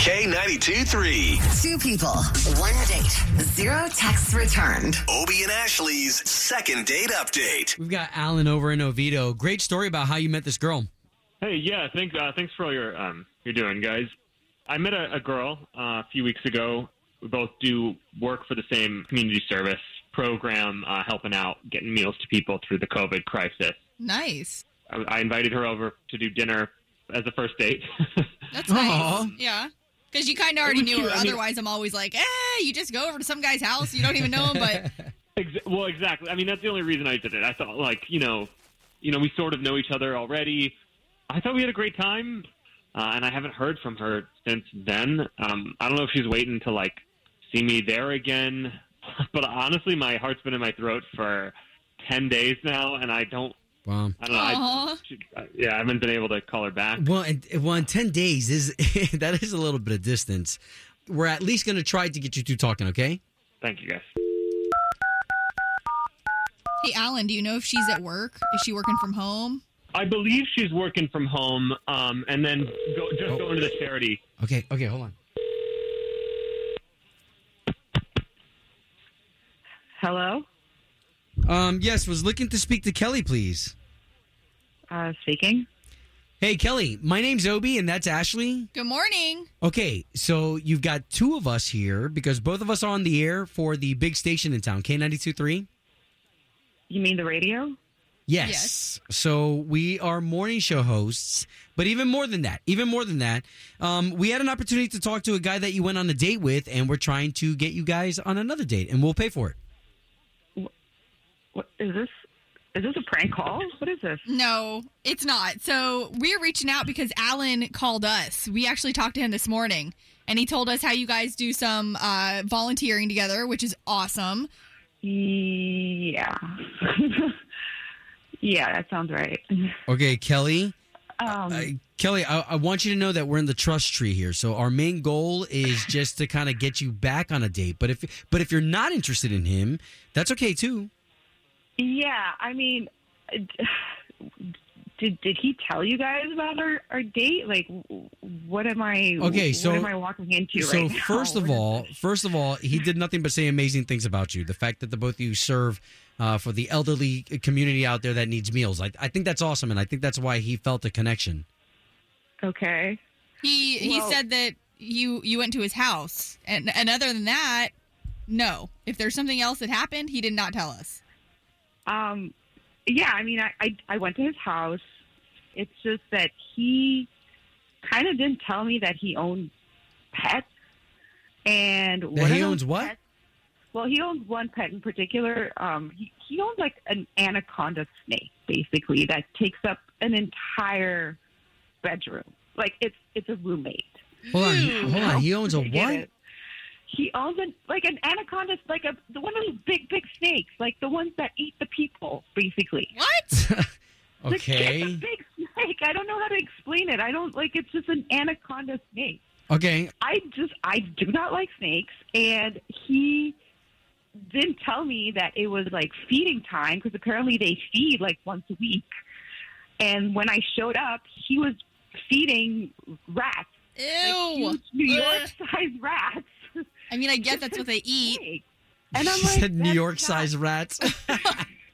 K92 3. Two people, one date, zero texts returned. Obie and Ashley's second date update. We've got Alan over in Oviedo. Great story about how you met this girl. Hey, yeah, thanks. Uh, thanks for all your um, you're doing, guys. I met a, a girl uh, a few weeks ago. We both do work for the same community service program, uh, helping out, getting meals to people through the COVID crisis. Nice. I, I invited her over to do dinner as a first date. That's nice. Yeah. Because you kind of already knew her. Otherwise, I'm always like, eh, you just go over to some guy's house. You don't even know him, but Ex- well, exactly. I mean, that's the only reason I did it. I thought, like, you know, you know, we sort of know each other already. I thought we had a great time, uh, and I haven't heard from her since then. Um, I don't know if she's waiting to like see me there again, but honestly, my heart's been in my throat for ten days now, and I don't. Wow. I don't know. I, Aw. she, I- yeah, I haven't been able to call her back. Well, and, well, in ten days is that is a little bit of distance. We're at least going to try to get you two talking. Okay. Thank you, guys. hey, Alan, do you know if she's at work? Is she working from home? I believe she's working from home, um, and then go, just going to the charity. Okay. Okay. Hold on. Hello, Um. Yes. Was looking to speak to Kelly, please. uh, speaking. Hey, Kelly. My name's Obi, and that's Ashley. Good morning. Okay, so you've got two of us here because both of us are on the air for the big station in town, K92.3. You mean the radio? Yes. Yes. So we are morning show hosts, but even more than that, even more than that, um, we had an opportunity to talk to a guy that you went on a date with, and we're trying to get you guys on another date, and we'll pay for it. What is this? Is this a prank call? What is this? No, it's not. So we're reaching out because Alan called us. We actually talked to him this morning, and he told us how you guys do some uh, volunteering together, which is awesome. Yeah, yeah, that sounds right. Okay, Kelly. Um, Uh, Kelly, I, I want you to know that we're in the trust tree here. So our main goal is just to kind of get you back on a date. But if but if you're not interested in him, that's okay too. yeah, I mean, d- did did he tell you guys about our, our date? Like, w- what am I? Okay, so- what am I walking into so right now? first What of is all, first of all, he did nothing but say amazing things about you. The fact that the both of you serve uh, for the elderly community out there that needs meals, I, I think that's awesome, and I think that's why he felt a connection. this? okay. He he Well- said that you you went to his house, and and other than that, no. If there's something else that happened, he did not tell us. Um, yeah, I mean, I, I I went to his house. It's just that he kind of didn't tell me that he owned pets. And one he of those owns what? pets- well, he owns one pet in particular. Um, he, he owns like an anaconda snake, basically that takes up an entire bedroom. Like it's it's a roommate. Hold on, hold No, on. He owns a I get what? it. He owns an, like an anaconda, like a the one of those big, big snakes, like the ones that eat the people, basically. What? Like, it's a Okay, big snake. I don't know how to explain it. I don't like. It's just an anaconda snake. okay. I just I do not like snakes, and he didn't tell me that it was like feeding time because apparently they feed like once a week. And when I showed up, he was feeding rats, like Ew. huge New York Ugh. Eh. sized rats. I mean, I guess that's what they eat. Snakes. And I'm She like, said New "That's York not- sized rats.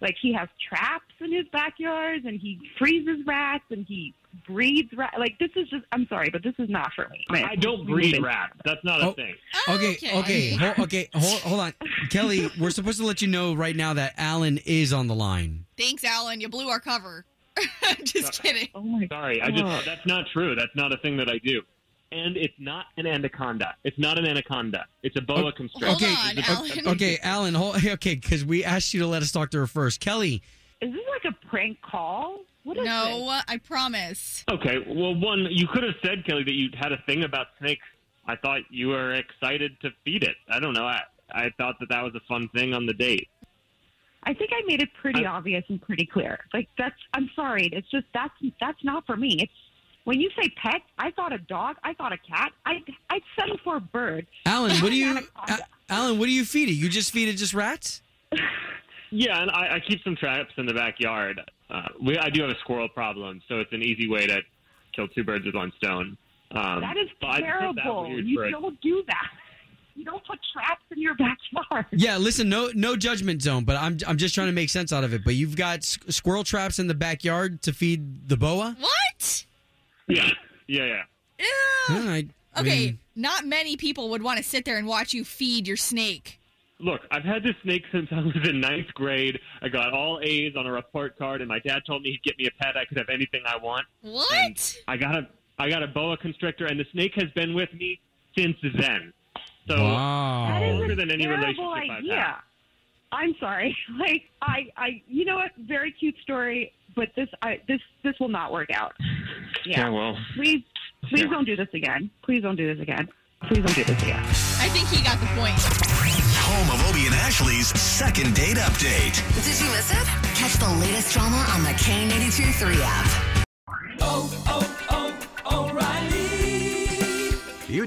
like he has traps in his backyards and he freezes rats and he breeds rats. Like this is just I'm sorry, but this is not for me. I don't breed rats. That's not a Oh. thing. Okay, okay, ho- okay. Hold, hold on, Kelly. We're supposed to let you know right now that Alan is on the line. Thanks, Alan. You blew our cover. Just kidding. Oh my god. Sorry, I just that's not true. That's not a thing that I do. And it's not an anaconda. It's not an anaconda. It's a boa constrictor. Hold Okay, on, okay, Alan. Okay, Mm-hmm. Alan. Hold, okay, because we asked you to let us talk to her first. Kelly, Is this like a prank call? What is No, I promise. Okay, well, one you could have said Kelly that you had a thing about snakes I thought you were excited to feed it. I don't know. I, I thought that that was a fun thing on the date. I think I made it pretty I- obvious and pretty clear. Like that's I'm sorry, it's just that's that's not for me. It's when you say pet, I thought a dog, I thought a cat, I I'd settle for a bird. Alan, what do you, Anaconda. A- Alan, what do you feed it? You just feed it just rats? Yeah, and I, I keep some traps in the backyard. Uh, we, I do have a squirrel problem, so it's an easy way to kill two birds with one stone. Um, That is but I just think that terrible. weird you for a- don't do that. You don't put traps in your backyard. Yeah, listen, no, no judgment zone, but I'm, I'm just trying to make sense out of it. But you've got s- squirrel traps in the backyard to feed the boa. What? yeah, yeah, yeah. Ew. All right. I Ah. Okay, mean, not many people would want to sit there and watch you feed your snake. Look, I've had this snake since I was in ninth grade. I got all A's on a report card, and my dad told me he'd get me a pet. I could have anything I want. What? I got a I got a boa constrictor, and the snake has been with me since then. So That is wow. longer than any terrible relationship I've idea. had. I'm sorry. Like I, I, you know what? Very cute story, but this, I, this, this will not work out. Yeah. well. Please, please Yeah. don't do this again. Please don't do this again. Please don't do this again. I think he got the point. Home of Obie and Ashley's second date update. Did you miss it? Catch the latest drama on the K82 3 app. You